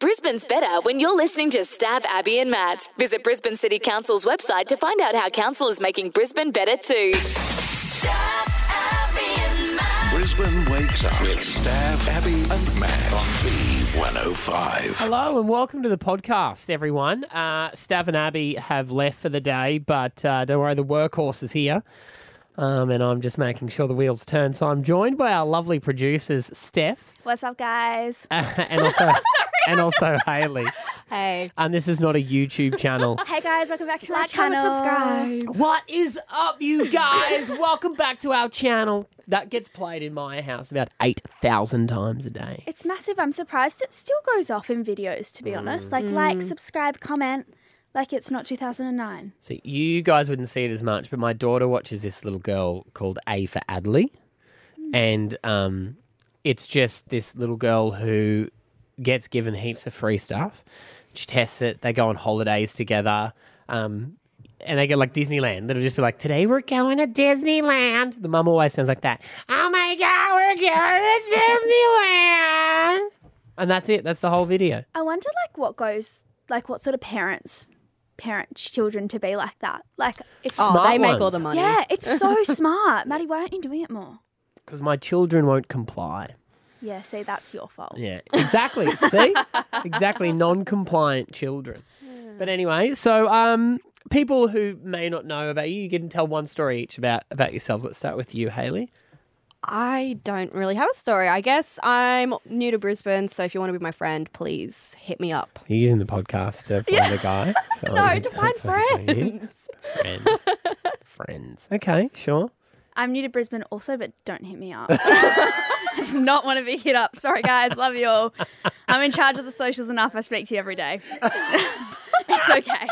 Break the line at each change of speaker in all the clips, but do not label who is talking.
Brisbane's better when you're listening to Stab, Abby, and Matt. Visit Brisbane City Council's website to find out how Council is making Brisbane better too.
Stab, Abby, and Matt.
Brisbane wakes up with Staff, Abby, and Matt on B105.
Hello and welcome to the podcast, everyone. Uh, Stav and Abby have left for the day, but uh, don't worry, the workhorse is here. Um, and I'm just making sure the wheels turn. So I'm joined by our lovely producers, Steph,
What's up, guys?
and also and also Haley.
Hey.
And this is not a YouTube channel.
Hey, guys, welcome back to my channel.
what is up, you guys? welcome back to our channel. That gets played in my house about eight thousand times a day.
It's massive. I'm surprised it still goes off in videos, to be
Mm.
honest. Like, like, subscribe, comment. Like, it's not 2009.
So you guys wouldn't see it as much, but my daughter watches this little girl called A for Adley, and um, it's just this little girl who gets given heaps of free stuff. She tests it. They go on holidays together, um, and they go like Disneyland. They'll just be like, "Today we're going to Disneyland." The mum always sounds like that. Oh my god, we're going to Disneyland, and that's it. That's the whole video.
I wonder, like, what goes, like, what sort of parents parent children to be like that. Like, it's
Oh, Smart they make all ones. the
money.
Yeah, it's so smart. Maddie, why aren't you doing it more?
Because my children won't comply.
Yeah, see, that's your fault.
Yeah, exactly. See, exactly. Non-compliant children. But anyway, so um, people who may not know about you, you can tell one story each about about yourselves. Let's start with you, Haley.
I don't really have a story. I guess I'm new to Brisbane, so if you want to be my friend, please hit me up.
You're using the podcast to find a guy. So
No,
I think
to
that's
find
what I'm doing here. Friend. Friends. Okay, sure.
I'm new to Brisbane also, but don't hit me up. I do not want to be hit up. Sorry, guys. Love you all. I'm in charge of the socials enough. I speak to you every day. it's okay.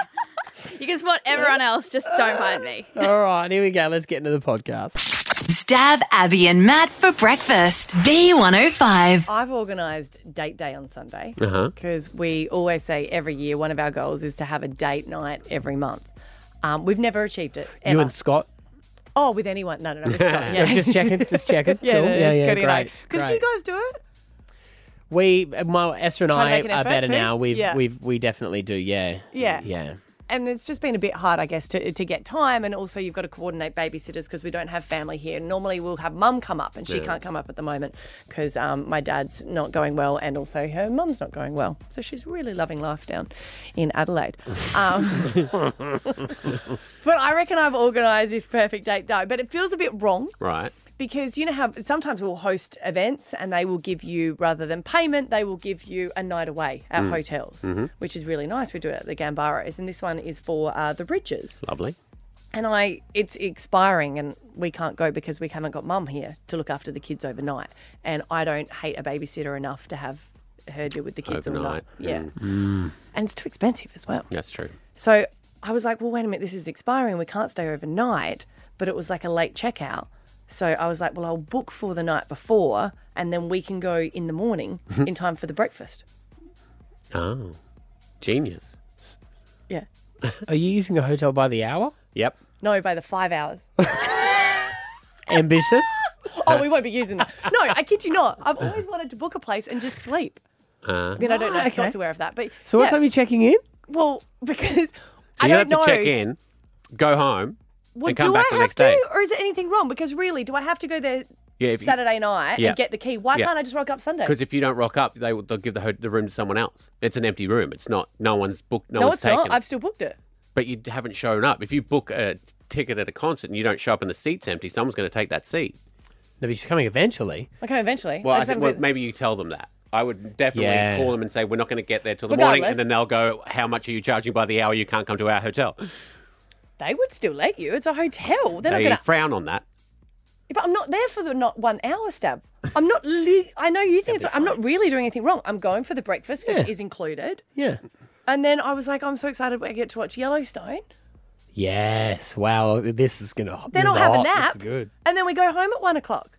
You can spot everyone else. Just don't mind me.
All right, here we go. Let's get into the podcast.
Stab, Abby, and Matt for breakfast. B105.
I've organised date day on Sunday
Uh-huh.
because we always say every year one of our goals is to have a date night every month. Um, we've never achieved it ever.
You and Scott.
oh, with anyone? No, no, no. With Scott. Yeah,
Just checking. Just checking.
yeah,
cool.
no,
yeah,
it's
yeah.
Scotty and I.
Great.
Because do
great.
you guys do it?
We, well, Esther and
Try to
I
make an
are
effort
better
too?
now. We've,
Yeah.
we've, we definitely do. Yeah.
Yeah.
Yeah.
And it's just been a bit hard, I guess, to, to get time. And also, you've got to coordinate babysitters because we don't have family here. Normally, we'll have mum come up, and she can't come up at the moment because um, my dad's not going well, and also her mum's not going well. So she's really loving life down in Adelaide. Um, but I reckon I've organised this perfect date day, but it feels a bit wrong
Right.
because you know how sometimes we'll host events and they will give you rather than payment they will give you a night away
Mm. Hmm.
at hotels
Mm-hmm.
which is really nice we do it at the gambaras and this one is for uh, the bridges
Lovely.
and i it's expiring and we can't go because we haven't got mum here to look after the kids overnight and i don't hate a babysitter enough to have her deal with the kids
Overnight, Hmm.
all night yeah and it's too expensive Mm. as well
Mm. That's true.
so I was like, well, wait a minute, this is expiring. We can't stay overnight. But it was like a late checkout. So I was like, well, I'll book for the night before and then we can go in the morning
Mm-hmm.
in time for the breakfast.
Oh, genius.
Yeah.
Are you using a hotel by the hour?
Yep.
No, by the five hours.
Ambitious?
oh, we won't be using that. No, I kid you not. I've always wanted to book a place and just sleep.
Uh,
I mean, I don't know if
Ah,
Okay.
Scott's aware of that. But
So what
yeah.
time are you checking in?
Well, because I
you
don't
have
know.
to check in, go home,
Well,
and come
do
back
I
the
have
next
to,
day.
or is it anything wrong? Because really, do I have to go there
Yeah, if you-
Saturday night
Yeah.
and get the key? Why
Yeah.
can't I just rock up Sunday?
Because if you don't rock up, they will, they'll give the, ho- the room to someone else. It's an empty room. It's not. No one's booked. No,
No,
one's
it's
taken.
not.
it.
I've still booked it.
But you haven't shown up. If you book a ticket at a concert and you don't show up and the seat's empty, someone's going to take that seat.
No, but she's coming eventually.
Okay, eventually.
Well, I
just
think,
haven't
well, maybe you tell them that. I would definitely
Yeah.
call them and say we're not going to get there till the morning, and
Regardless.
then they'll go, "How much are you charging by the hour? You can't come to our hotel."
been- they would still let you. It's a hotel. They're
They
not going to.
frown on that.
But I'm not there for the not one hour stab. I'm not. Li- I know you think it's. I'm not really doing anything wrong. I'm going for the breakfast, which
Yeah.
is included.
Yeah.
And then I was like, I'm so excited I get to watch Yellowstone.
Yes. Wow. This is gonna. this
Then I'll
is
have a
hot.
nap.
This is good.
And then we go home at one o'clock.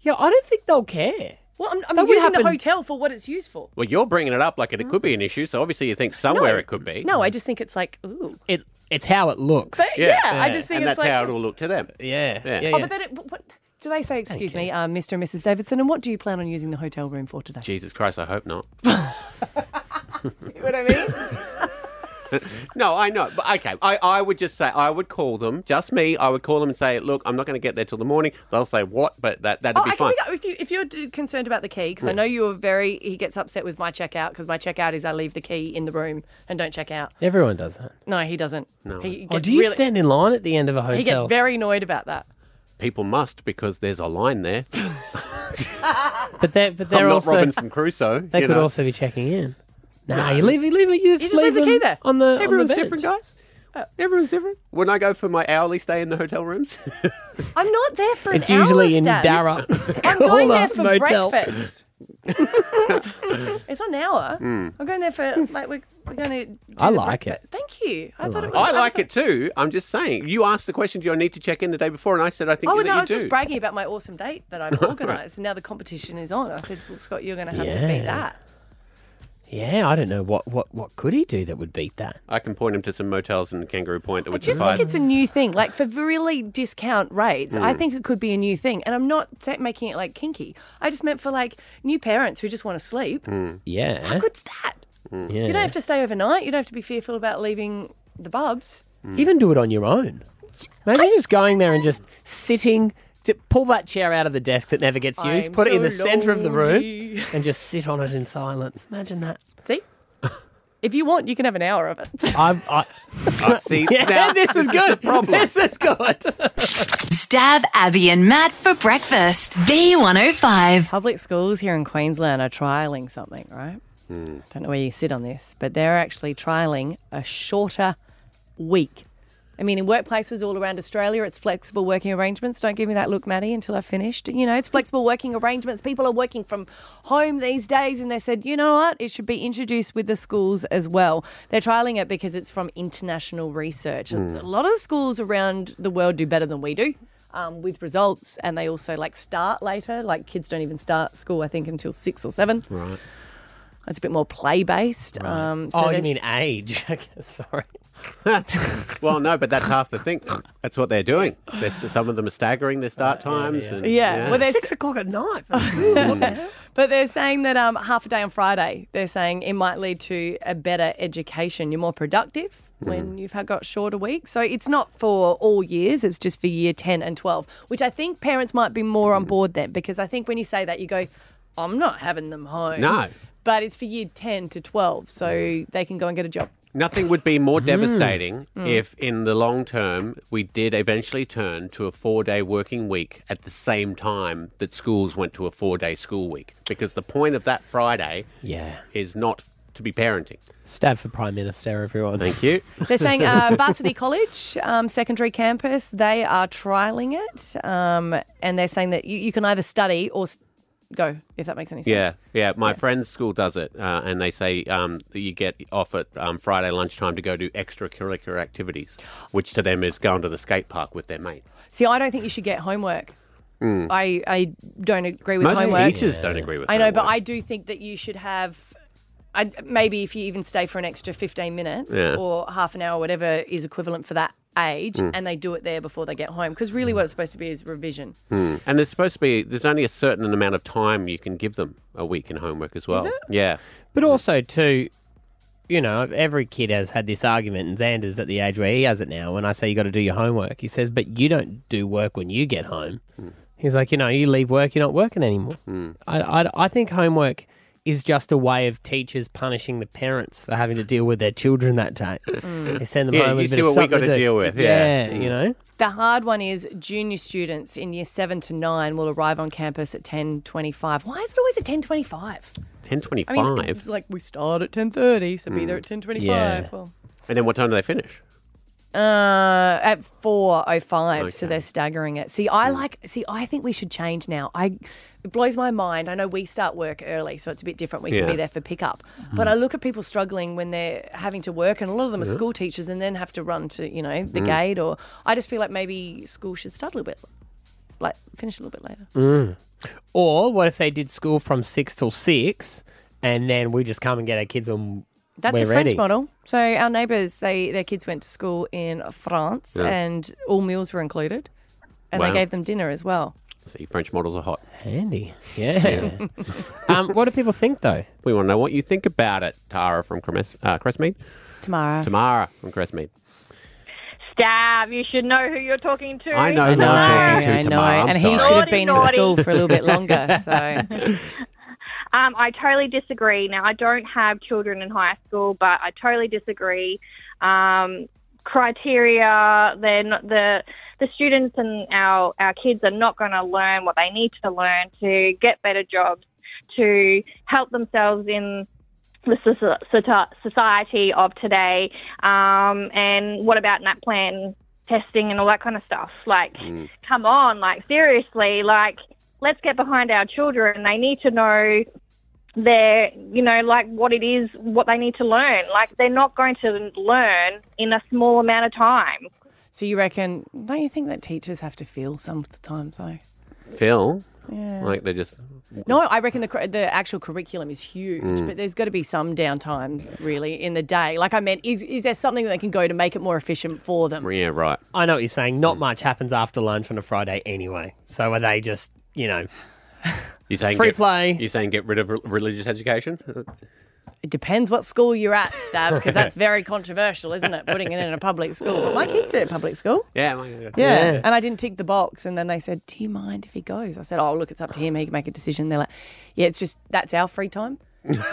Yeah, I don't think they'll care.
Well, I'm, I'm
That would
using the
happen-
hotel for what it's used for.
Well, you're bringing it up like it, it could be an issue, so obviously you think somewhere it could be.
No, I just think it's like, ooh.
It. It's how it looks.
Yeah, I just think
and
it's
that's
like.
how it'll look to them.
yeah.
Yeah.
Yeah.
Oh,
oh, but then it, what, do they say, excuse me, uh, um, Mr. and Mrs. Davidson, and what do you plan on using the hotel room for today?
Jesus Christ, I hope not.
know what I mean?
No, I know. But okay, I, I would just say I would call them, just me. I would call them and say, look, I'm not going to get there till the morning. They'll say what, but that that'd
Oh,
be
I can
fine.
pick up if you if you're d- concerned about the key because I know you are very. He gets upset with my checkout because my checkout is I leave the key in the room and don't check out.
Everyone does that.
No, he doesn't. No, he
Or
gets
Oh, do you
really,
stand in line at the end of a hotel?
He gets very annoyed about that.
People must because there's a line there.
but they're but
I'm
they're
not
also
Robinson Crusoe.
they
you
could
know.
also be checking in. Nah, you leave you leave you just,
You just leave the key
them
there.
on the on the
Everyone's
bench. Uh,
different, guys. Everyone's different. When I go for my hourly stay in the hotel rooms,
I'm not there for
It's
an
usually
hour,
in
Stan.
Darra.
I'm
Call
going there
up
for
motel.
breakfast. it's not an hour.
Hmm.
I'm going there for like we're, we're going to. Do
I
the
like it.
breakfast. Thank you. I, thought it was.
I like it too. I'm just saying. You asked the question, do I need to check in the day before? And I said, I think
Oh
that
no,
you
I was
do.
just bragging about my awesome date that I've organised. and Now the competition is on. I said, well, Scott, you're going to have to
Yeah.
beat that.
Yeah, I don't know what what what could he do that would beat that.
I can point him to some motels in Kangaroo Point that would
Just
suffice.
think it's a new thing. Like for really discount rates,
Mm.
I think it could be a new thing. And I'm not sa- making it like kinky. I just meant for like new parents who just want to sleep.
Mm.
Hmm. Yeah,
What's that?
yeah.
You don't have to stay overnight. You don't have to be fearful about leaving the bubs.
Even do it on your own. Imagine just going there and just sitting. To pull that chair out of the desk that never gets used,
I'm
put it in
so
the center of the room,
lonely.
and just sit on it in silence. Imagine that.
See? if you want, you can have an hour of it.
I've, I,
Uh, see,
yeah,
now,
this, is good. This is good.
Stab Abby and Matt for breakfast. B105.
Public schools here in Queensland are trialling something, right? I don't know where you sit on this, but they're actually trialling a shorter week. I mean, in workplaces all around Australia, it's flexible working arrangements. Don't give me that look, Maddie, until I've finished. You know, it's flexible working arrangements. People are working from home these days, and they said, you know what? It should be introduced with the schools as well. They're trialling it because it's from international research. A lot of the schools around the world do better than we do um, with results, and they also like start later. Like kids don't even start school, I think, until six or seven. Right. It's a bit more play based. Um, so
oh,
they-
you mean age? Okay, Sorry.
well, no, but that's half the thing. That's what they're doing. They're, some of them are staggering their start times. and-
Yeah. Well, they're
Six o'clock at night.
But they're saying that um, half a day on Friday, they're saying it might lead to a better education. You're more productive
Mm-hmm.
when you've had- got shorter weeks. So it's not for all years, it's just for year 10 and 12, which I think parents might be more
Mm-hmm.
on board then because I think when you say that, you go, I'm not having them home.
No. Mm.
But it's for year 10 to 12, so they can go and get a job.
Nothing would be
Mm.
more devastating if, in the long term, we did eventually turn to a four day working week at the same time that schools went to a four day school week. Because the point of that Friday
Yeah.
is not to be parenting.
Stab for Prime Minister, everyone.
Thank you.
They're saying uh, Varsity College um, secondary campus, they are trialling it, um, and they're saying that you, you can either study or s- go, if that makes any sense.
Yeah, yeah. My friend's school does it, uh, and they say um, that you get off at um, Friday lunchtime to go do extracurricular activities, which to them is going to the skate park with their mate. Hmm.
See, I don't think you should get homework. I, I don't agree with
Most
homework.
teachers don't agree with.
I know, but
homework.
I do think that you should have. I, maybe if you even stay for an extra 15 minutes
Yeah. Hmm.
or half an hour, whatever is equivalent for that age, and they do it there before they get home. Because really, what it's supposed to be is revision.
Hmm. And there's supposed to be there's only a certain amount of time you can give them a week in homework as well. Yeah.
But also, too, you know, every kid has had this argument, and Xander's at the age where he has it now. When I say you got to do your homework, he says, "But you don't do work when you get home."
Hmm.
He's like, you know, you leave work, you're not working anymore. I, I, I think homework is just a way of teachers punishing the parents for having to deal with their children that day.
Hmm.
They send them
Yeah,
home.
you
with a
see
bit of
what we got
something
to
do.
deal with, yeah. Hmm.
you know.
The hard one is junior students in year seven to nine will arrive on campus at ten twenty five. Why is it always at ten twenty five?
Ten twenty
I
five.
mean, it's like we start at ten thirty, so be there at ten twenty
Yeah.
five. Well,
and then what time do they finish?
uh, at four oh five, so
Okay. Hmm.
they're staggering it. See, I like. See, I think we should change now. I it blows my mind. I know we start work early, so it's a bit different. We
Yeah. Hmm.
can be there for pickup, but I look at people struggling when they're having to work, and a lot of them are school teachers, and then have to run to you know
Hmm.
the gate. Or I just feel like maybe school should start a little bit, like finish a little bit later.
Mm. Or what if they did school from six till six, and then we just come and get our kids when
That's
we're
a French
ready?
model. So our neighbours, they their kids went to school in France,
Yeah.
and all meals were included, and
Wow.
they gave them dinner as well.
See, French models are hot.
Handy. Yeah. um, what do people think, though?
We want to know what you think about it, Tara from Cremes- uh, Crestmead.
Tomorrow.
Tamara from Crestmead.
Stab, you should know who you're talking to.
I know who I'm talking to, Tamara. I'm
and
sorry.
he should have been in
Naughty, naughty.
school for a little bit longer. So
Um, I totally disagree. Now, I don't have children in high school, but I totally disagree. Um, criteria, they're not, the the students and our our kids are not going to learn what they need to learn to get better jobs, to help themselves in the soci- soci- society of today. Um, and what about nap plan testing and all that kind of stuff? Like,
Hmm.
come on, like seriously, like let's get behind our children. They need to know their, you know, like what it is, what they need to learn. Like they're not going to learn in a small amount of time.
so you reckon, don't you think that teachers have to feel sometimes though?
Phil. Like they're just.
No, I reckon the cur- the actual curriculum is huge, but there's got to be some downtime really in the day. Like I meant, is, is there something that they can go to make it more efficient for them?
Yeah, right.
I know what you're saying. Not much happens after lunch on a Friday anyway. So are they just, you know,
You're saying
Free
get-
play.
You're saying get rid of re- religious education?
It depends what school you're at, Stab, because that's very controversial, isn't it? Putting it in a public school. But my kids did it at public school.
yeah. my God.
Yeah. And I didn't tick the box. And then they said, Do you mind if he goes? I said, Oh, look, it's up to him. He can make a decision. They're like, Yeah, it's just that's our free time.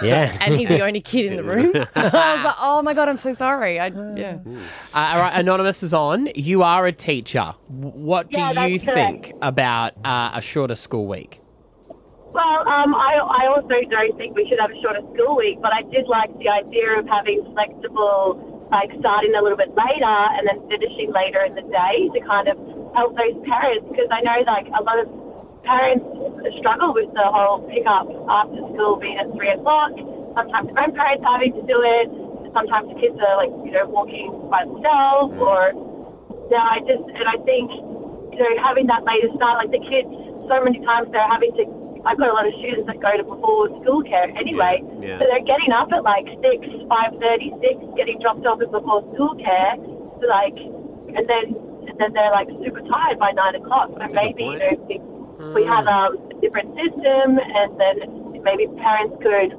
yeah.
And he's the only kid in the room. I was like, Oh my God, I'm so sorry. I, yeah.
Uh, all right, Anonymous is on. You are a teacher. W- What do
Yeah, that's
you
correct.
think about uh, a shorter school week?
Well, um, I, I also don't think we should have a shorter school week, but I did like the idea of having flexible, like starting a little bit later and then finishing later in the day to kind of help those parents because I know like a lot of parents struggle with the whole pick up after school being at three o'clock. Sometimes grandparents having to do it. Sometimes the kids are like you know walking by themselves
Mm.
or yeah, I just and I think you know having that later start, like the kids, so many times they're having to. I've got a lot of students that go to before school care anyway,
Yeah, yeah.
so they're getting up at like six, five thirty, six, getting dropped off at before school care, so like, and then and then they're like super tired by nine o'clock.
That's
So
a good
maybe you
point.
know if we- we had um, a different system, and then maybe parents could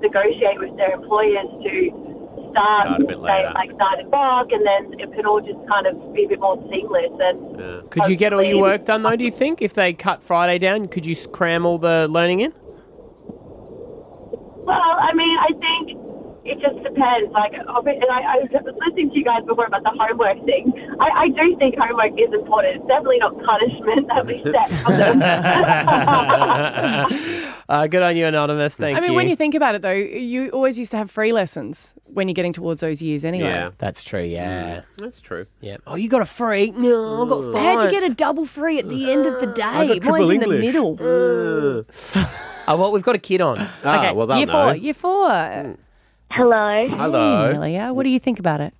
negotiate with their employers to. Start,
Start a bit
say,
later.
like nine o'clock, and then it could all just kind of be a bit more seamless. And
Yeah.
Could you get all your
Hopefully-
work done, though, do you think? If they cut Friday down, could you s- cram all the learning in?
well, I mean, I think it just depends. Like, obvi- and I, I was listening to you guys before about the homework thing. I, I do think homework is important. It's definitely not punishment that we set for them.
uh, good on you, Anonymous. Thank
I
you.
mean, when you think about it though, you always used to have free lessons when you're getting towards those years anyway.
Yeah,
That's true, yeah.
that's true.
yeah. Oh, you got a free? No, I got five.
How'd you get a double free at the end of the day?
triple
Mine's in the
English.
middle.
Oh, well, we've got a kid on.
Ah, well, they'll
year
know.
four. Year four.
Hello.
Hello.
Hey, Amelia, what do you think about it?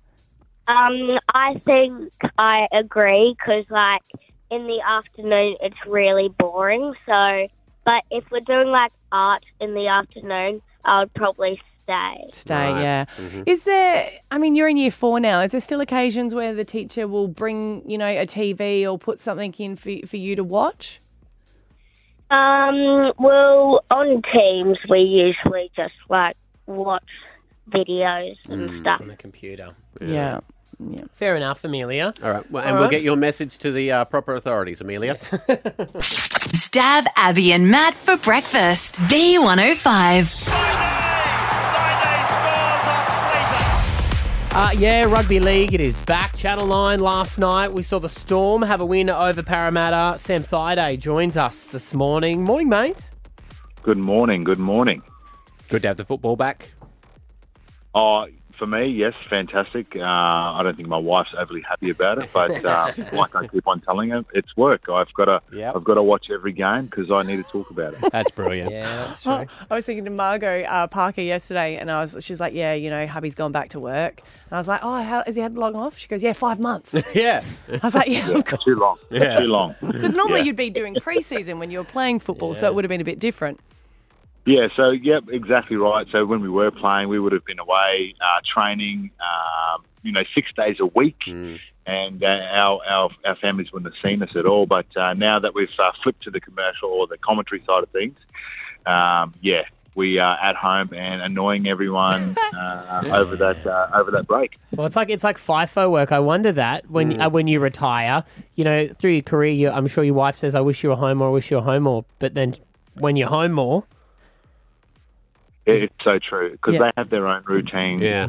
Um, I think I agree because, like, in the afternoon it's really boring. So, but if we're doing like art in the afternoon, I would probably stay.
Stay, yeah.
Mm-hmm.
Is there, I mean, you're in year four now. Is there still occasions where the teacher will bring, you know, a TV or put something in for, for you to watch?
Um, well, on teams we usually just like watch videos and stuff.
On the computer.
Yeah.
Fair enough, Amelia.
All right. Well, and we'll get your message to the uh, proper authorities, Amelia.
Stab Abby and Matt for breakfast. B105.
Uh, yeah, rugby league. It is back. Channel 9 last night. We saw the Storm have a win over Parramatta. Sam Thaiday joins us this morning. Morning, mate.
Good morning. Good morning.
Good to have the football back.
Oh, for me, yes, fantastic. Uh, I don't think my wife's overly happy about it, but uh, like I keep on telling her, it's work. I've got to,
Yep.
I've got to watch every game because I need to talk about it.
That's brilliant.
Yeah, that's
Oh, I was thinking to Margot uh, Parker yesterday, and I was. She's like, "Yeah, you know, hubby's gone back to work." And I was like, "Oh, how, has he had long off?" She goes, "Yeah, five months." I
yeah.
was like, "Yeah, of course."
Too long.
Yeah.
Too long.
Because normally
Yeah.
you'd be doing preseason when you were playing football, so it would have been a bit different.
Yeah, so, yep, exactly right. So, when we were playing, we would have been away uh, training, um, you know, six days a week. and uh, our, our our families wouldn't have seen us at all. But uh, now that we've uh, flipped to the commercial or the commentary side of things, um, yeah, we are at home and annoying everyone uh, over that uh, over that break.
Well, it's like it's like FIFO work. I wonder that when
Mm.
uh, when you retire, you know, through your career, you, I'm sure your wife says, "I wish you were home more. I wish you were home more." But then when you're home more,
It- It's so true because
Yeah.
they have their own routine. Yeah,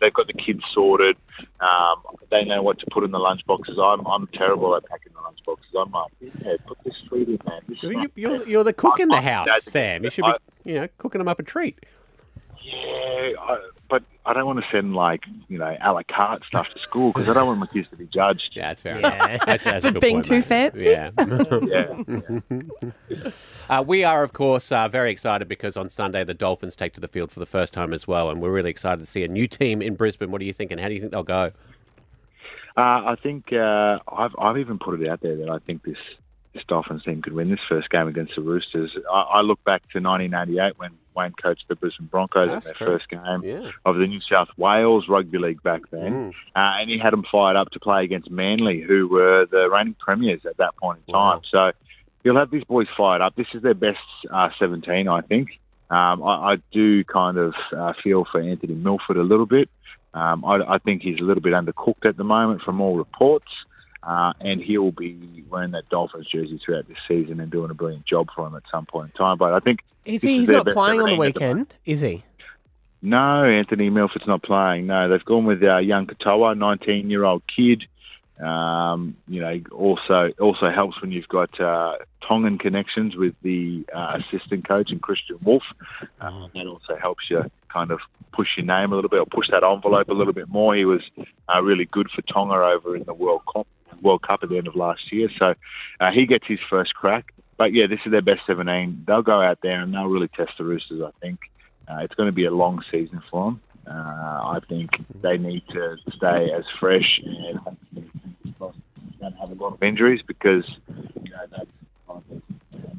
they've got the kids sorted. Um, they know what to put in the lunchboxes. I'm I'm terrible at packing the lunchboxes. I'm like, yeah, put this sweet in, man. This is
You,
not-
you're, you're the cook in the
I-
house, Sam. You should
I-
be, you know, cooking them up a treat.
Yeah, I, but I don't want to send like you know a la carte stuff to school because I don't want my kids to be judged.
Yeah, that's fair.
Yeah.
That's- that's a
For
good
being
point,
too
mate.
fancy?
Yeah.
Yeah.
uh, we are, of course, uh, very excited because on Sunday the Dolphins take to the field for the first time as well, and we're really excited to see a new team in Brisbane. What are you thinking? How do you think they'll go?
Uh, I think uh, I've I've even put it out there that I think this this Dolphins team could win this first game against the Roosters. I, I look back to 1988 when Wayne coached the Brisbane Broncos
That's
in their
true.
first game
Yeah. Mm.
of the New South Wales Rugby League back then, uh, and he had them fired up to play against Manly, who were the reigning premiers at that point in time. So he'll have these boys fired up. This is their best uh, 17, I think. Um, I, I do kind of uh, feel for Anthony Milford a little bit. Um, I, I think he's a little bit undercooked at the moment from all reports, uh, and he'll be wearing that Dolphins jersey throughout this season and doing a brilliant job for him at some point in time. But I think
is
this
he?
is
He's
their
not
best
playing on the
17 at moment.
weekend, is he?
No, Anthony Milford's not playing. No, they've gone with uh, young Katoa, 19 year old kid. Um, you know, also also helps when you've got uh, Tongan connections with the uh, assistant coach and Christian Wolf. Um, that also helps you kind of push your name a little bit or push that envelope a little bit more. He was uh, really good for Tonga over in the World Cup, World Cup at the end of last year, so uh, he gets his first crack. But yeah, this is their best 17. They'll go out there and they'll really test the Roosters, I think. Uh, it's going to be a long season for them. Uh, I think they need to stay as fresh and don't have a lot of injuries because you know, that's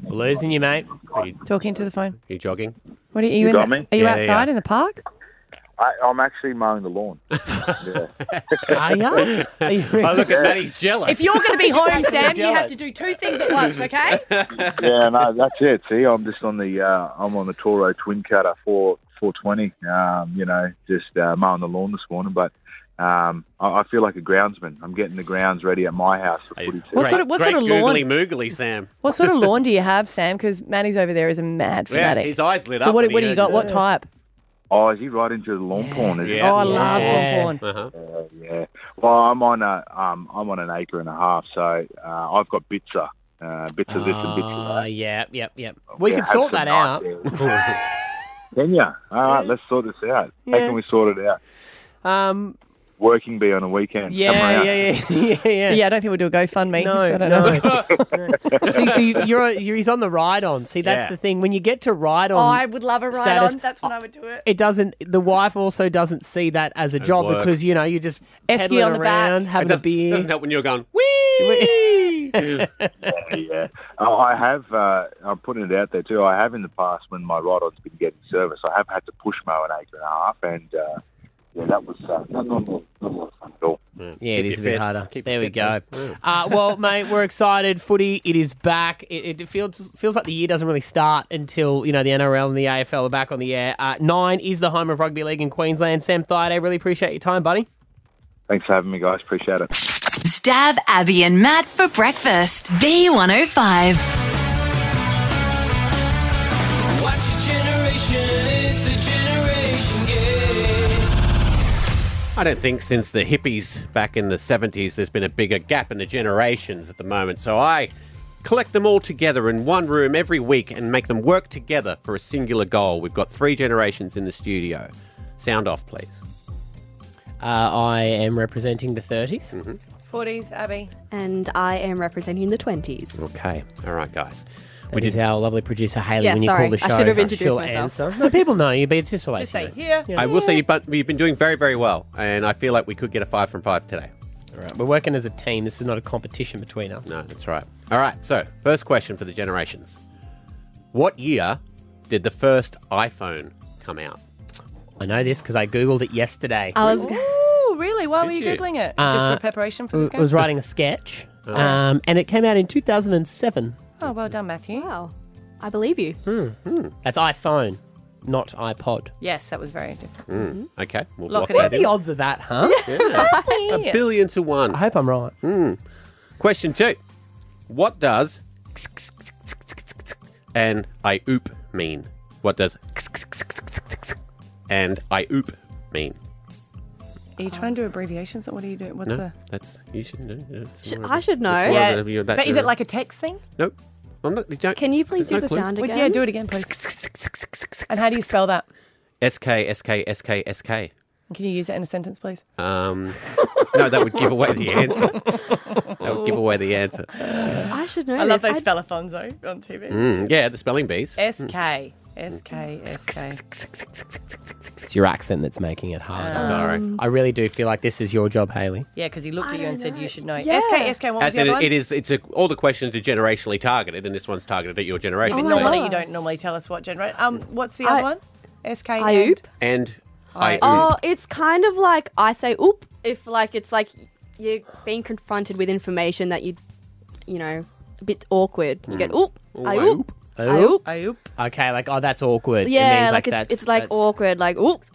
We're losing you, mate.
Are
you,
Talking to the phone.
are you jogging?
What are you,
You
in
got
the-
me?
Are you
Yeah, yeah,
outside
yeah.
in the park?
I, I'm actually mowing the lawn. yeah.
Are ya? Are you
I look at that, he's jealous.
If you're going to be home, Sam, you have
jealous.
to do two things at once, okay?
yeah, no, that's it. See, I'm just on the uh, I'm on the Toro Twin Cutter four four twenty. Um, you know, just uh, mowing the lawn this morning, but um, I, I feel like a groundsman. I'm getting the grounds ready at my house for footy.
What sort of- what sort of
great
lawn-
googly moogly, Sam.
What sort of lawn do you have, Sam? Because Manny's over there is a mad
Yeah,
fanatic.
his eyes lit
so
up
what,
when he
what do you
heard
got?
that.
What type?
Oh, is he right into the lawn porn? Is
Yeah. Oh, I love Yeah. lawn
porn.
Uh-huh. Yeah, yeah. Well, I'm on a um, I'm on an acre and a half, so uh, I've got bitsa, uh, bits of this and bits of
Ah,
that.
yeah, yep, yep. We
Yeah,
could
have
sort
some
that
nice
out.
areas.
Ah.
Can ya? All right, let's sort this out.
Yeah.
How can we sort it out?
Um,
Working bee on a weekend. Come
Yeah,
around.
yeah,
yeah, yeah.
Yeah, I don't think we'll do a GoFundMe.
No,
I don't
no.
know.
see, see, you're, you're he's on the ride on. See, that's
Yeah.
the thing. When you get to ride on,
Oh, I would love a ride
status,
on. That's when I would do it.
It doesn't. The wife also doesn't see that as a job
work.
because you know you just
Esky
pedaling
on the back.
around,
It
having a
doesn't,
beer.
doesn't help when you're going.
yeah,
yeah. Oh, I have. Uh, I'm putting it out there too. I have in the past when my ride-on's been getting service, I have had to push mow an acre and a half, and uh, yeah, that was uh, not, not, not, not fun at all.
it is a bit harder. there we go.
man.
Uh, well, mate, we're excited. Footy, it is back. It, it feels feels like the year doesn't really start until you know the NRL and the AFL are back on the air. Uh, nine is the home of rugby league in Queensland. Sam Thaiday, really appreciate your time, buddy.
Thanks for having me, guys. Appreciate it.
Stab Abby and Matt for breakfast. B105.
Watch a generation, it's a generation gap.
I don't think since the hippies back in the 70s there's been a bigger gap in the generations at the moment. So I collect them all together in one room every week and make them work together for a singular goal. We've got three generations in the studio. Sound off, please.
Uh, I am representing the 30s.
Mm-hmm.
40s, Abby.
And I am representing the 20s.
Okay. All right, guys.
we did our lovely producer Haley.
Yeah,
when you
sorry.
call the show,
I should have introduced
she'll
myself.
answer. No, people know you, but it's just always.
Just say here.
I will say you've been, you've been doing very, very well, and I feel like we could get a five from five today.
All right, we're working as a team. This is not a competition between us.
No, that's right. All right, so first question for the generations What year did the first iPhone come out?
I know this because I googled it yesterday.
I was,
Ooh, really? Why were
Did
you,
you?
Googling it?
Uh,
Just for preparation for
w-
this game?
was writing a sketch,
Oh.
um, and it came out in 2007.
Oh, well done, Matthew.
Wow. I believe you.
Mm-hmm.
That's iPhone, not iPod.
Yes, that was very different.
Mm, Okay, we'll block
Lock
that
it
What are
in.
the odds of that, huh?
Mm-hmm.
Yeah. a billion to one. I
hope I'm right.
Question two: What does and I oop mean? What does and I oop mean?
Are you trying to do abbreviations or what are you doing? What's
no,
the.
that's you should know. yeah, it's
Should-
more of
I
a-
should
it's
know.
more of
Yeah.
a- you know, that
But is it
era.
like a text thing?
Nope. I'm not, you don't,
Can you please
there's no clues.
Would- Yeah, do it again, please. and how do you spell that?
SK, SK, SK, SK.
Can you use it in a sentence, please?
Um, no, that would give away the answer. That would give away the answer.
I should know.
I love
this.
those spellathons, though, on TV.
Mm, yeah, the spelling bees.
SK. SK. SK.
It's your accent that's making it hard.
Oh,
Um, Sorry.
I really do feel like this is your job, Haley.
Yeah, because he looked at you and said you should know.
Yeah.
SK, SK, what was
As
the
in,
other one?
it is. It's a, all the questions are generationally targeted, and this one's targeted at your generation.
But
so-
normally Oh, you don't normally tell us what generation. Um, what's the
Oh, I-
other one? SK. and-
Ioop?
And I.
Oh, it's kind of like I say oop if like it's like you're being confronted with information that you you know, a bit awkward. You get oop, Mm. I oop.
Hmm. Oop.
Oop.
Okay, like, oh, that's awkward. It
Yeah,
means,
like, it-
that's,
it's like
that's-
awkward, like oop.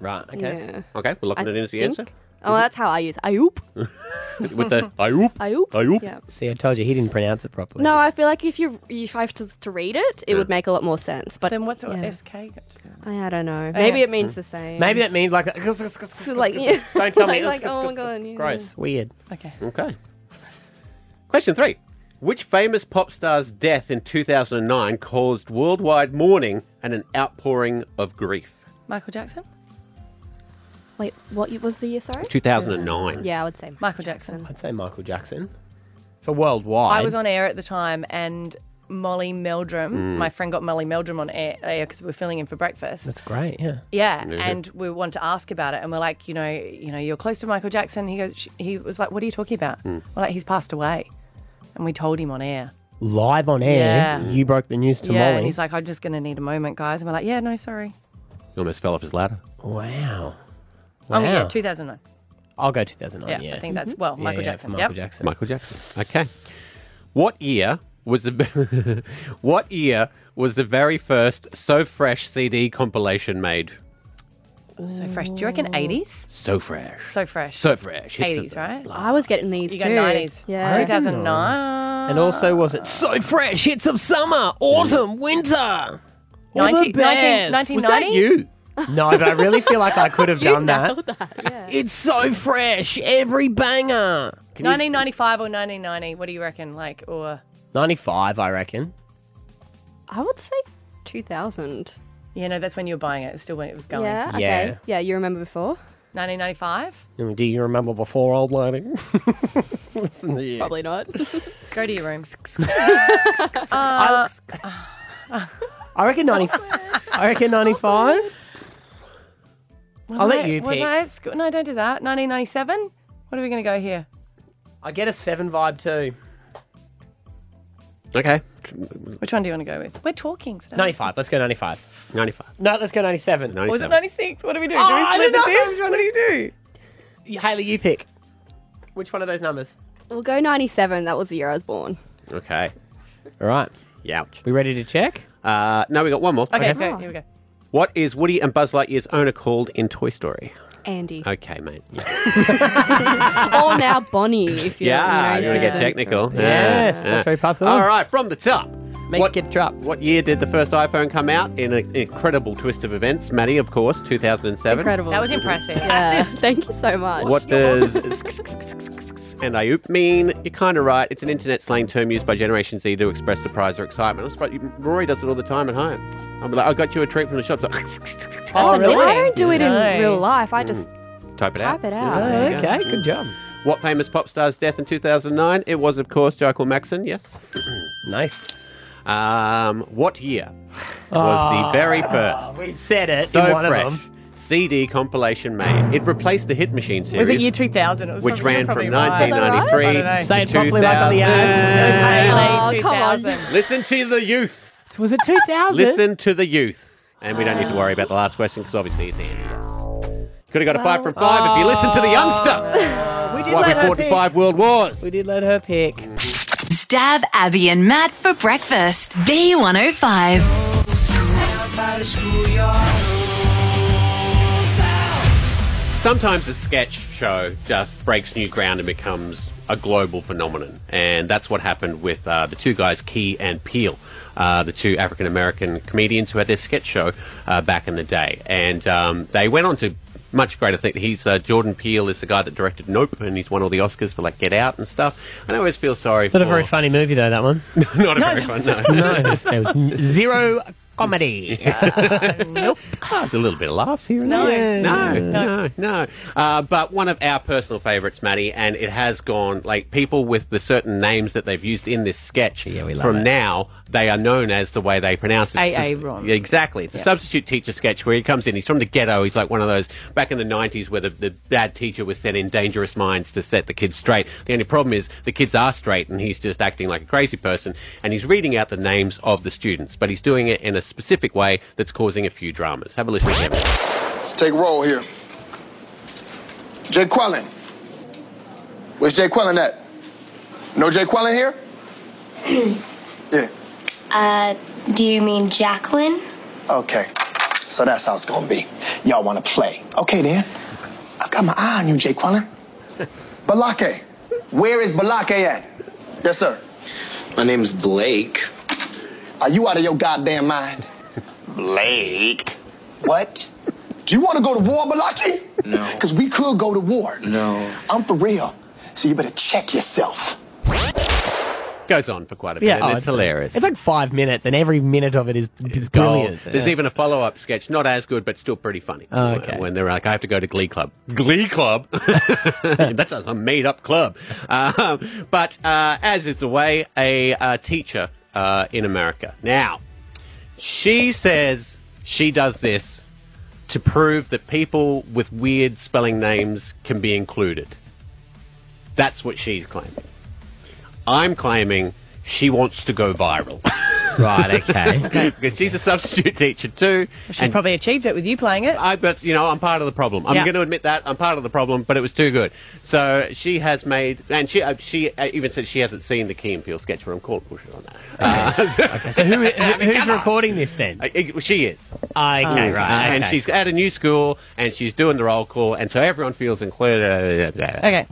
Right, okay.
Yeah.
Okay, we're locking
I
it in as the
think.
answer.
Oh, that's how I use I oop.
With the I oop.
I oop.
I oop.
Yeah.
See, I told you he didn't pronounce it properly.
No, I feel like if you if I have to, to read it, it
Yeah.
would make a lot more sense. But
then what's what
yeah.
SK? got to do?
I, I don't know.
Oh,
Maybe
yeah.
it means the same.
Hmm. Maybe that means like.
So, like yeah.
Don't tell me.
like,
It's-
oh my
it's-
god, yeah.
Gross. Weird.
Okay.
Okay. Question three. Which famous pop star's death in 2009 caused worldwide mourning and an outpouring of grief?
Michael Jackson?
Wait, what y- was the year? Sorry.
2009.
Yeah, I would say Michael,
Jackson.
I'd say Michael Jackson. For worldwide.
I was on air at the time and Molly Meldrum,
Mm.
my friend got Molly Meldrum on air because we were filling in for breakfast.
That's great, yeah.
Yeah,
Mhm.
and we wanted to ask about it, and we're like, you know, you know, you're close to Michael Jackson. He goes, sh- he was like, what are you talking about?
Mm.
We're like, he's passed away, and we told him on air.
Live on air,
Yeah.
you broke the news to
yeah,
Molly.
and he's like, I'm just gonna need a moment, guys, and we're like, yeah, no, sorry.
He almost fell off his ladder.
Wow.
Oh yeah,
Wow.
2009.
I'll go 2009.
Yeah,
Yeah, Mm-hmm.
I think that's- well, Michael
yeah,
Jackson,
For
yep.
Michael Jackson.
Michael Jackson. Okay. What year was the What year was the very first So Fresh CD compilation made?
So fresh. Do you reckon 80s?
So Fresh.
So fresh.
So Fresh. Hits of
80s, right?
I was getting these
You
too.
got 90s.
Yeah.
2009.
And also, was it so fresh? Hits of summer, autumn, winter. All the
19 19
best.
1990?
Was that you? No, but I really feel like I could have done that.
It's
so fresh. Every banger. Can you-
1995 or 1990? What do you reckon? Like, or
95, I reckon.
I would say 2000.
yeah, no, that's when you were buying it. It's still when it was going.
Yeah. Okay.
Yeah.
Yeah. you remember before?
1995.
Do you remember before, old lady? Listen to you.
Probably not. Uh,
Go to your room.
Uh, I- I reckon 90. I reckon 95.
Was
I'll let
I-
you
Was
pick.
I at school? No, don't do that. 1997. What are we going to go here?
I get a seven vibe too.
Okay.
Which one do you want to go with? We're talking stuff.
95. Let's go 95.
95.
No, let's go 97.
Or was it 96? What do we do? do we
Oh, I don't
split the
know.
two? Which one do you do?
You- Haley, you pick. Which one of those numbers?
We'll go 97. That was the year I was born.
Okay.
All right.
Youch.
We ready to check?
Uh, no, we got one more.
Okay, go. here we go.
What is Woody and Buzz Lightyear's owner called in Toy Story?
Andy.
Okay, mate.
or now Bonnie, if you
Yeah, you
you know,
want to
yeah.
get
Oh,
technical.
Yes, that's very possible.
All right, from the top.
Make it drop.
What year did the first iPhone come out? In an incredible twist of events, Maddie, of course, 2007.
Incredible.
That was impressive.
Yeah. Thank you so much.
What does and I oop mean? You're kind of right. It's an internet slang term used by Generation Z to express surprise or excitement. I'm surprised you, Rory does it all the time at home. I'm like, I got you a treat from the shop. So
Oh,
really?
I don't do it
No.
in real life. I
Hmm.
just
type it out.
Type it out.
Yeah, there you go.
okay, good job.
What famous pop star's death in 2009? It was, of course, Michael Maxon. Yes.
Nice.
Um, what year was the very first
Ah, We've said it
so
in one
fresh
of them.
CD compilation made? It replaced the Hit Machine series.
Was it year 2000? It was
which
probably- you're
ran
probably
from
right. I don't
1993
know.
Say
to
it properly like on the
2000.
Haley,
Oh, come on.
2000.
Listen to the youth.
Was it 2000?
Listen to the youth. And we don't need to worry about the last question because obviously it's Andy. Yes. Could have got a five from five if you listened to the youngster.
We
That's why we fought in five world wars.
We did let her pick.
Stab Abby and Matt for breakfast. B105.
By the schoolyard.
Sometimes a sketch show just breaks new ground and becomes a global phenomenon. And that's what happened with uh, the two guys, Key and Peel, uh, the two African American comedians who had their sketch show uh, back in the day. And um, they went on to much greater things. He's uh, Jordan Peele is the guy that directed Nope, and he's won all the Oscars for like Get Out and stuff. And I always feel sorry for
Not a very funny movie though. That one.
not a very fun. No,
no, there was n- zero comedy.
Oh, there's a little bit of laughs here and
No.
there. No,
Yeah.
no, no. Uh, but one of our personal favourites, Maddie, and it has gone like people with the certain names that they've used in this sketch. Yeah, we
love
from
it.
now, they are known as the way they pronounce it. It's
AA
just-
Ron.
Yeah, exactly. It's a substitute teacher sketch where he comes in. He's from the ghetto. He's like one of those back in the 90s where the, the bad teacher was sent in Dangerous Minds to set the kids straight. The only problem is the kids are straight and he's just acting like a crazy person and he's reading out the names of the students, but he's doing it in a specific way that's causing a few dramas. Have a listen. Kevin.
Let's take roll here. Jay Quellen. Where's Jay Quellen at? No Jay Quellen here? yeah.
Uh, do you mean Jacqueline?
Okay. So that's how it's gonna be. Y'all wanna play. Okay then. I've got my eye on you, Jay Quellen. Balake. Where is Balake at? Yes, sir.
My name's Blake.
Are you out of your goddamn mind? Blake. What? Do you want to go to war, Malaki? No. Because we could go to war.
No.
I'm for real. So you better check yourself.
Goes on for quite a bit.
Yeah,
and
oh,
it's, hilarious.
It's like five minutes, and every minute of it is is
Gold.
brilliant.
There's even a follow up sketch, not as good, but still pretty funny.
Oh, okay.
When they're like, I have to go to Glee Club. Glee Club? That's a, made up club. Um, but uh, as is the way, a uh, teacher uh, in America. Now, she says she does this to prove that people with weird spelling names can be included. That's what she's claiming. I'm claiming she wants to go viral.
Right, okay.
Because she's a substitute teacher too.
She's probably achieved it with you playing it.
I, but you know, I'm part of the problem. I'm
Yeah.
going to admit that I'm part of the problem, but it was too good. So she has made, and she uh, she uh, even said she hasn't seen the Key and Peele sketch, but I'm calling bullshit on that. Uh, so,
So who, who- who's recording this then? Ah,
Uh, she is. Mm.
Okay, right.
And
okay.
she's at a new school, and she's doing the roll call, and so everyone feels included.
Okay.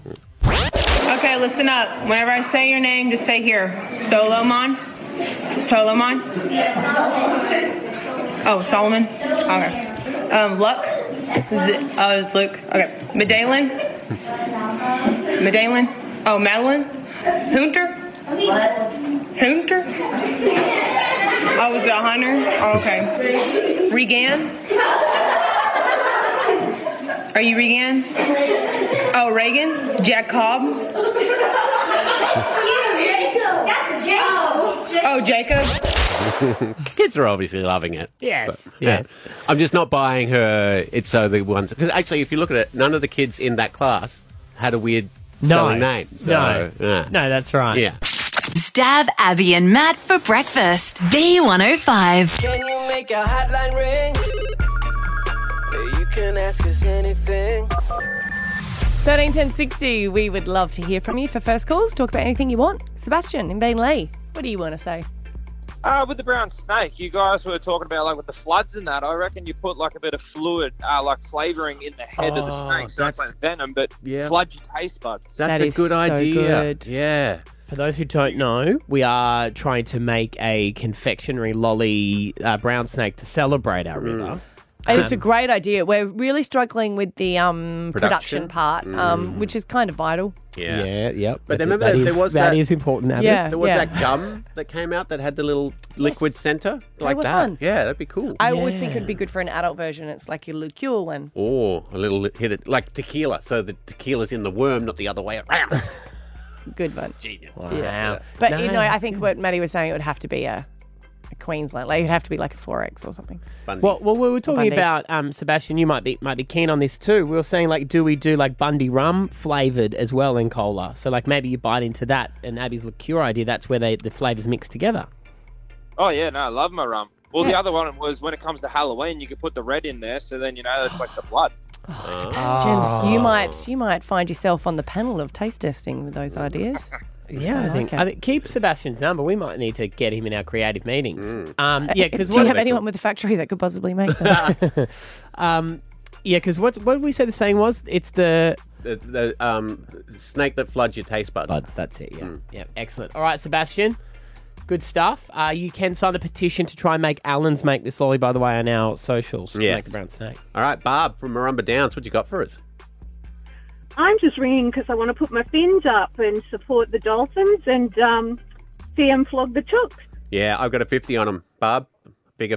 Okay, listen up. Whenever I say your name, just say here. Solomon? S- Solomon? Oh, Solomon? Okay. Um, Luck? Z- uh, it's Luke. Okay. Medalen? Medalen? Oh, Madeline? Hunter? Hunter? Oh, is it Hunter? Oh, okay. Regan? Are you Regan? Oh, Reagan? Jack Cobb? Oh, Jacob.
Kids are obviously loving it.
Yes,
yes. I'm just not buying her. It's so the ones because actually, if you look at it, none of the kids in that class had a weird spelling name. So,
no,
yeah.
no, that's right.
Yeah.
Stab Abby and Matt for breakfast. B105.
Can you make a hotline ring? You can ask us anything.
13 10 60, we would love to hear from you for first calls. Talk about anything you want. Sebastian in Bain Lee, what do you want to say?
Uh, with the brown snake, you guys were talking about like with the floods and that. I reckon you put like a bit of fluid, uh, like flavoring in the head of
Oh,
the snake, so it's
that's-
like venom, but
yeah.
floods your taste buds.
That's a good idea. Yeah.
For those who don't know, we are trying to make a confectionery lolly uh, brown snake to celebrate
Mm.
our river.
It's a
Um,
great idea. We're really struggling with the um,
Production.
production, part, um, which is kind of vital.
Yeah.
Yeah. Yep.
But
That-
remember
that
that
is-
there was
that
that-
is important. Abby.
Yeah,
There was
yeah.
that gum that came out that had the little liquid center like
were
that.
fun.
Yeah, that'd be cool.
I would think it'd be good for an adult version. It's like your liqueur one.
Or a little hit it like tequila, so the tequila's in the worm, not the other way around.
good one.
Genius.
Wow.
But you know, I think what Maddie was saying, it would have to be a, a Queensland. Like it'd have to be like a Forex or something.
Well, well, we were talking
Bundy.
about um, Sebastian. You might be might be keen on this too. We were saying like, do we do like Bundy rum flavored as well in cola? So like maybe you bite into that and Abby's liqueur idea. That's where they the flavors mix together.
Oh yeah, no, I love my rum. Well, the other one was when it comes to Halloween, you could put the red in there, so then you know it's like the blood.
Oh,
Sebastian, you might you might find yourself on the panel of taste testing with those ideas.
Yeah, I, think, I think keep Sebastian's number. We might need to get him in our creative meetings.
Mm.
Um, yeah, because
do you have anyone with a factory that could possibly make that?
Um, yeah, because what what did we say the saying was? It's the
The, the um, snake that floods your taste buds. Hmm. Buds,
that's it, yeah. yeah, excellent. All right, Sebastian, good stuff. Uh, you can sign the petition to try and make Alan's make this lolly. By the way, on our socials,
Yes.
make the brown snake.
All right, Barb from Marumba Downs, what you got for us?
I'm just ringing because I want to put my fins up and support the dolphins and um, see them flog the chooks.
Yeah, I've got a 50 on them. Barb, bigger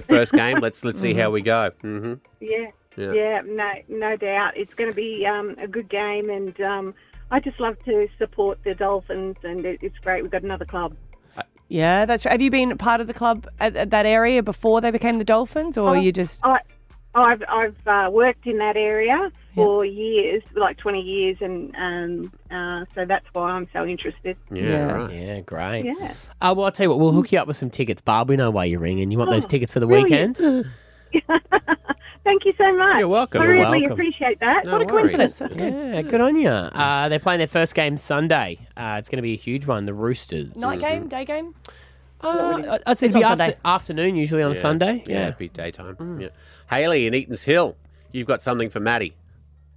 first game. Let's let's see how we go. hmm
Yeah,
Yeah.
yeah, no, no doubt. It's going to be um, a good game, and um, I just love to support the dolphins, and it, it's great. We've got another club.
yeah, that's right. Have you been part of the club at, at that area before they became the Dolphins, or
Oh,
you just
I, I've I've uh, worked in that area for years, like twenty years, and um, uh, so that's why I'm so interested.
Yeah, right. yeah, great.
Yeah.
Uh, well, I'll tell you what, we'll hook you up with some tickets, Barb. We know why you're ringing. You want those
Oh,
tickets for the
brilliant.
weekend?
Thank you so much. You're
welcome.
I
You're
really
welcome.
appreciate that.
No worries. Yeah, good on you. Uh, they're playing their first game Sunday. Uh, it's going to be a huge one. The Roosters.
night game, day game?
Uh, I'd say
It's
it'd be
on Sunday.
after, afternoon usually on a
Yeah.
Sunday. Mm.
Yeah, it'd be daytime. Yeah. Haley in Eaton's Hill, you've got something for Maddie.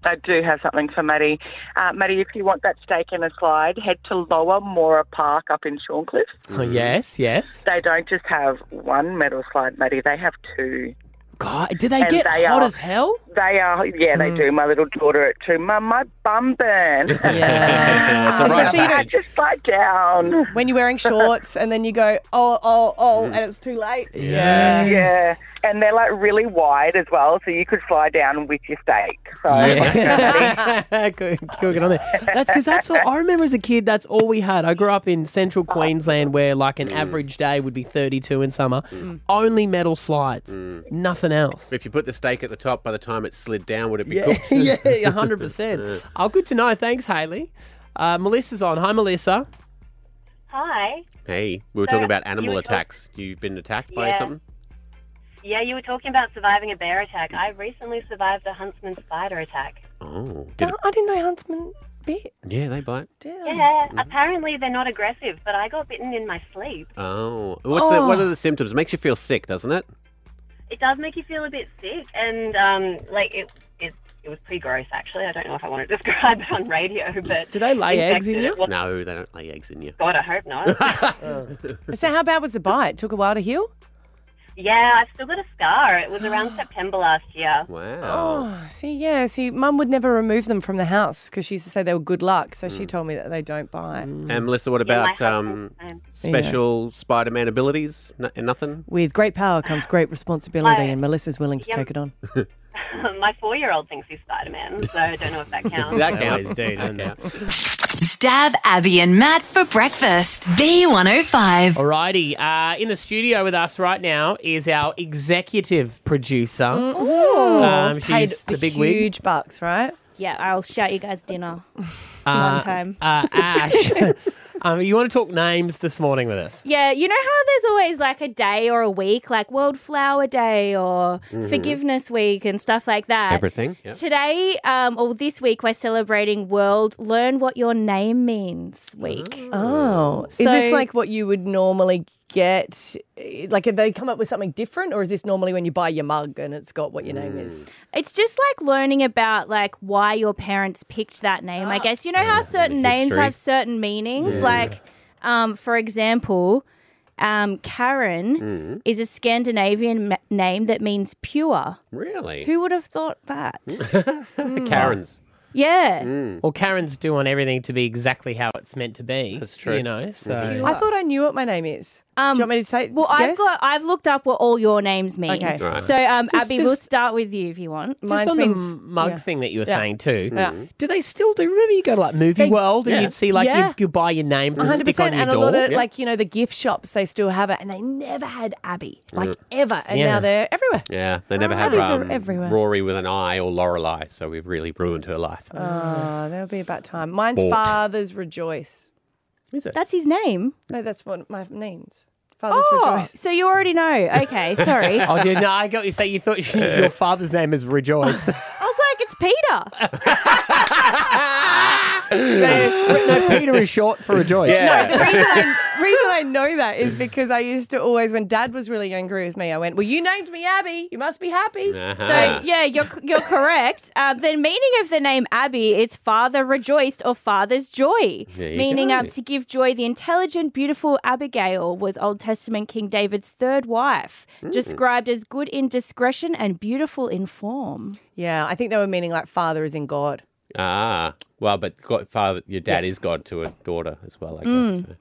I do have something for Maddie. Uh, Maddie, if you want that steak in a slide, head to Lower Mora Park up in Shorncliffe.
Oh, yes, yes.
They don't just have one metal slide, Maddie. They have two.
God, do they
And
get
they
hot
are-
as hell? Hmm.
They are, yeah, they do. My little daughter at two, Mum, my bum burn.
Yes.
It's a rite of Especially, you know,
I
passage.
just lie down.
When you're wearing shorts and then you go, oh, oh, oh, and it's too late. Yeah.
Yeah. And they're like really wide as well, so you could fly down with your steak. So
Yeah. good, good, good on there. That's because that's all I remember as a kid. That's all we had. I grew up in central Queensland, where like an average day would be 32 in summer. Only metal slides,
Mm.
nothing else.
If you put the steak at the top, by the time it slid down, would it be
Yeah,
cooked?
yeah, 100%.
Yeah. Uh,
Oh, good to know. Thanks, Haley. Uh, Melissa's on. Hi, Melissa.
Hi.
Hey, we were
So,
talking about
you
animal
were talk-
attacks. You've been attacked by
Yeah.
something?
Yeah, you were talking about surviving a bear attack. I recently survived a huntsman spider attack.
Oh, did it?
I didn't know huntsman bit.
Yeah, they bite.
Yeah, apparently they're not aggressive, but I got bitten in my sleep.
Oh, what's the, what
Oh.
are the symptoms? It makes you feel sick, doesn't it?
It does make you feel a bit sick, and um, like it, it, it was pretty gross. Actually, I don't know if I want to describe it on radio, but
do they
lay eggs in you?
No, they don't lay eggs in you.
God, I hope not.
So how bad was the bite? Took a while to heal?
yeah, I've still got a scar. It was around September last year.
Oh, see, yeah. See, mum would never remove them from the house because she used to say they were good luck. So she told me that they don't bite.
Mm. And Melissa, what about um,
Yeah.
special Spider-Man abilities? No, nothing.
With great power comes great responsibility,
I-
Oh,
and Melissa's willing to
Yeah.
take it on. Oh.
my four-year-old thinks he's Spider-Man, so I don't know if that counts.
That counts.
do,
That counts.
Stab Abby and Matt for breakfast. B105.
Alrighty. Uh, in the studio with us right now is our executive producer.
Ooh.
Um, she's
Oh. Paid
the big wig.
huge bucks, right?
Yeah, I'll shout you guys dinner
Uh,
one time.
Uh, Ash, um, you want to talk names this morning with us?
Yeah, you know how there's always like a day or a week, like World Flower Day or
Mm-hmm.
Mhm.
Forgiveness Week and stuff like that.
Everything, yeah.
Today, um, or this week, we're celebrating World Learn What Your Name Means Week.
Oh, is this
So-
like what you would normally get? Eh, Like, have they come up with something different, or is this normally when you buy your mug and it's got what your name is?
Mm.
It's just like learning about like why your parents picked that name.
Ah.
I guess you know how certain names
history.
have certain meanings.
Yeah.
Like, um, for example, um, Karen
Mm.
is a Scandinavian ma- name that means pure.
Really?
Who would have thought that?
Hmm.
Karen's.
Yeah.
Well, Karen's do want everything to be exactly how it's meant to be. That's
true.
You know, so
I thought I knew what my name is.
Um,
Do you want me to say?
Well, I've
guess?
got I've looked up what all your names mean.
Okay. Right.
So, um,
Just-
Abby, we'll
just-
start with you if you want.
just on the m- mug thing that you were
Yeah.
saying
Hmm.
too.
Yeah.
Do they still do? Remember, you go to like Movie World and
yeah.
you'd see like
Yeah.
you, you buy your name to
hundred
stick on
percent,
your
and
door.
a lot of like you know the gift shops they still have it, and they never had Abby like ever, and
Yeah.
now they're Oh, everywhere.
Yeah, they never had
Abby's are
um,
everywhere.
Rory with an eye or Lorelei, so we've really ruined her life.
Oh, that'll be about time. Mine's
Bought.
Father's Rejoice.
Is it?
That's his name.
No, that's what my name's. Father's
Oh,
Rejoice.
so you already know. Okay, sorry.
oh, yeah, no, I got you. So you thought she, your father's name is Rejoice.
I was like, it's Peter.
no, Peter is short for a Joyce.
No, the reason I, reason I know that is because I used to always, when Dad was really angry with me, I went, "Well, you named me Abby. You must be happy."
Uh-huh.
So yeah, you're you're correct. Um, the meaning of the name Abby is father rejoiced or father's joy,
There you
meaning
go.
um, to give joy. The intelligent, beautiful Abigail was Old Testament King David's third wife,
Mm.
described as good in discretion and beautiful in form.
Yeah, I think they were meaning like father is in God.
Ah, well, but God, father, your dad is God to a daughter as well. I guess.
Mm.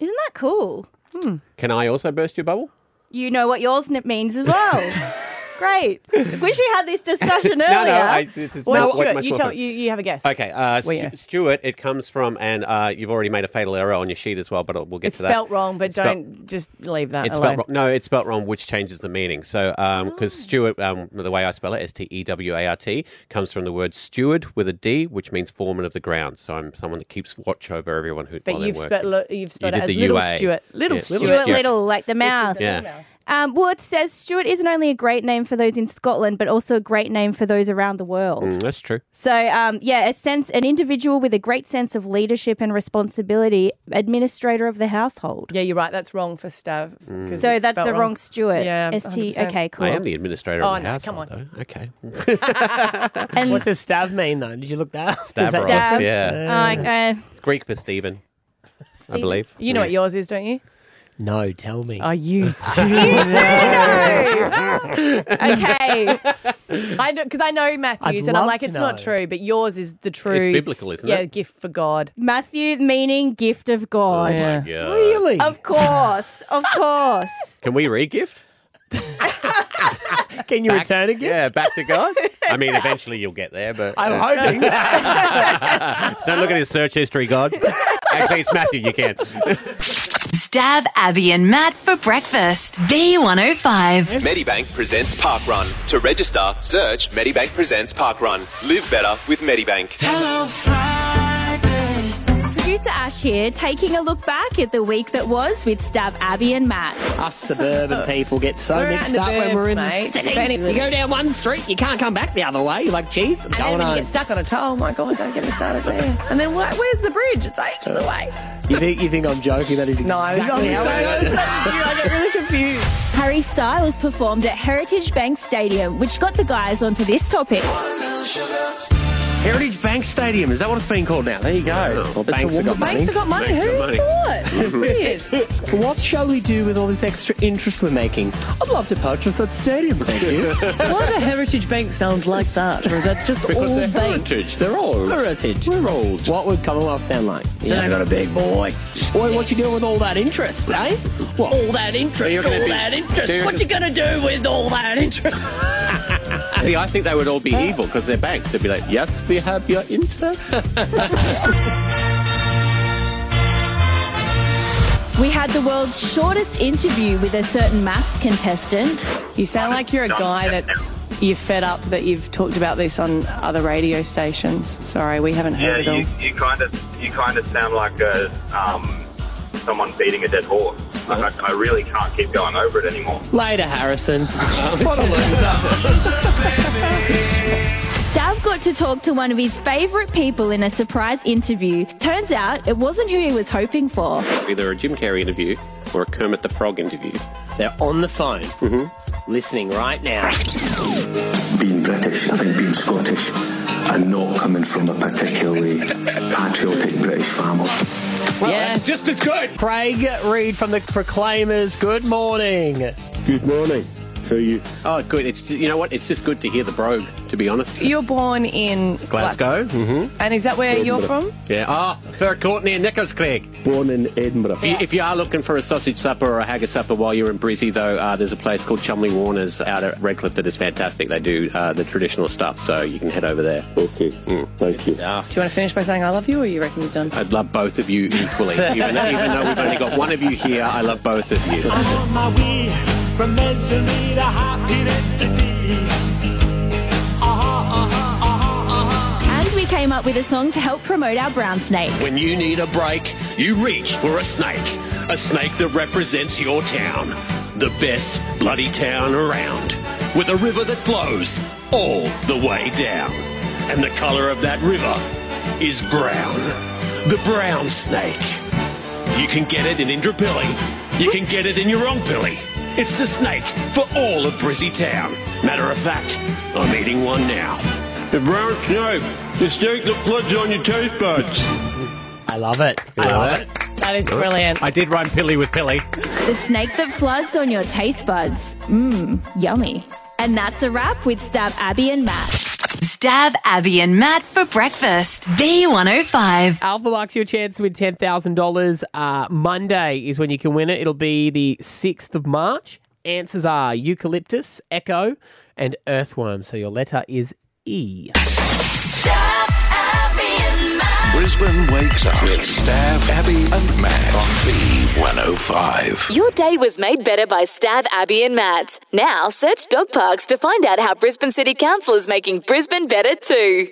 Isn't that cool?
Hmm.
Can I also burst your bubble?
You know what yours n- means as well. Great. Wish we had this discussion
No,
earlier.
no, I- this is Well, much- Stuart, much you more tell- fun.
You, you have a guess.
Okay, uh,
Well,
Stu-
yeah.
Stuart, it comes from, and uh, you've already made a fatal error on your sheet as well, but we'll get
It's
to that.
spelt wrong, but
It's spelt-
don't just leave that
it's
alone.
spelt wrong. No, it's spelt wrong, which changes the meaning. So, because Stuart, um, the way I spell it, S T E W A R T, comes from the word steward with a D, which means foreman of the ground. So I'm someone that keeps watch over everyone who.
But
while they're
you've
working.
spelt lo- you've spelt
You
it
did
as
the
little
UA.
Stuart. Little
Yeah,
Stuart, little, like the mouse.
Yeah.
Um, well, it says Stuart isn't only a great name for those in Scotland, but also a great name for those around the world.
Mm, that's true.
So, um, yeah, a sense, an individual with a great sense of leadership and responsibility, administrator of the household.
Yeah, you're right. That's wrong for Stav.
Mm.
'cause
So
it's
that's
spelt
the wrong Stuart.
Yeah,
ST
100%.
okay, cool.
I am the administrator
Oh,
of the
no,
house.
come
on. Okay.
And-
what does stav mean though? Did you look that up?
Stavros.
Stav.
Yeah.
Oh,
Oh,
Uh,
It's Greek for Stephen, I believe. Mm.
You know what yours is, don't you?
No, tell me.
Are Oh, you
okay.
I know because I know Matthews, and I'm
love
like,
to
it's not
know.
true, but yours is the true.
biblical, isn't
yeah,
it?
gift for God.
Matthew meaning gift of God.
Yeah. Oh God.
Really?
Of course. Of course.
Can we re-gift?
Can you return a gift?
Yeah, back to God. I mean, eventually you'll get there, but uh,
I'm hoping.
so don't look at his search history, God. Actually, it's Matthew. You can.
Stab Abby and Matt for breakfast. B105.
Medibank presents Park Run. To register, search Medibank presents Park Run. Live better with Medibank. Hello.
Producer Ash here, taking a look back at the week that was with Stab Abby and Matt.
Us suburban people get so
We're out in
mixed
the
up when we're in
burbs,
the
mate.
city. You go down one street, you can't come back the other way. You're like, geez, I'm going
And then when
on.
you get stuck on a toll, oh my God, don't get me started there. And then where, where's the bridge? It's ages away.
You think you think I'm joking? That is
No, I'm
exactly how
not.
it goes.
I get really confused.
Harry Styles performed at Heritage Bank Stadium, which got the guys onto this topic.
Heritage Bank Stadium is that what it's been called now? There you go.
Oh,
Well, banks have got money. What shall we do with all this extra interest we're making? I'd love to purchase that stadium, thank you. Why do Heritage Bank sound like that? Or is that just
Because
all
they're
banks?
heritage.
They're all heritage. We're old. What would Commonwealth sound like?
Then I got a big
voice. Wait, what you doing with all that interest, eh? What? All that
So
interest,
you're
all
gonna be-
that interest.
so you're
what you gonna do with all that interest?
See, I think they would all be evil because they're banks. They'd be like, "Yes, we have your interest."
We had the world's shortest interview with a certain maths contestant.
You sound like you're a guy that's you're fed up that you've talked about this on other radio stations. Sorry, we haven't
Yeah,
heard it all.
you, you kind of you kind of sound like a, um, someone beating a dead horse. Like I, I really can't keep going over it anymore.
Later, Harrison. what a
Stav got to talk to one of his favourite people in a surprise interview. Turns out it wasn't who he was hoping for.
Either a Jim Carrey interview or a Kermit the Frog interview.
They're on the phone,
Mm-hmm.
listening right now.
Being British, I think being Scottish, and not coming from a particularly patriotic British family.
Well, yes. just as good. Craig Reed from the Proclaimers. Good morning.
Good morning. How are you? Oh, good. It's you know what? It's just good to hear the brogue. To be honest.
You're born in
Glasgow. Mm-hmm.
And is that where you're from?
Yeah. Ah, Fair Courtney and Nichols Craig.
Born in Edinburgh.
If you- If you are looking for a sausage supper or a haggis supper while you're in Brizzy, though, uh, there's a place called Chumley Warners out at Redcliffe that is fantastic. They do uh, the traditional stuff, so you can head over there. Okay, Mm, thank you.
Do you want to finish by saying I love you, or you reckon you've done?
I'd love both of you equally. even, though, even though we've only got one of you here, I love both of you.
on my way from misery to happiness today.
And we came up with a song to help promote our brown snake.
When you need a break, you reach for a snake. A snake that represents your town. The best bloody town around. With a river that flows all the way down.
and the colour of that river is brown. The brown snake. You can get it in Indrapilli. You can get it in your own pilly. It's the snake for all of Brizzy Town. Matter of fact, I'm eating one now. The brown snake, the snake that floods on your taste buds.
I love it. I
love
love it.
That is
brilliant. I did rhyme pilly with pilly.
The snake that floods on your taste buds. Mmm, yummy. And that's a wrap with Stab Abby and Matt.
Stab Abby and Matt for breakfast. B105.
Alpha Bucks your chance with ten thousand dollars. uh, Monday is when you can win it. It'll be the sixth of March. Answers are eucalyptus, echo, and earthworm. So your letter is E.
Brisbane wakes up with Stav, Abby, and Matt on B105.
Your day was made better by Stab, Abby, and Matt. Now search dog parks to find out how Brisbane City Council is making Brisbane better too.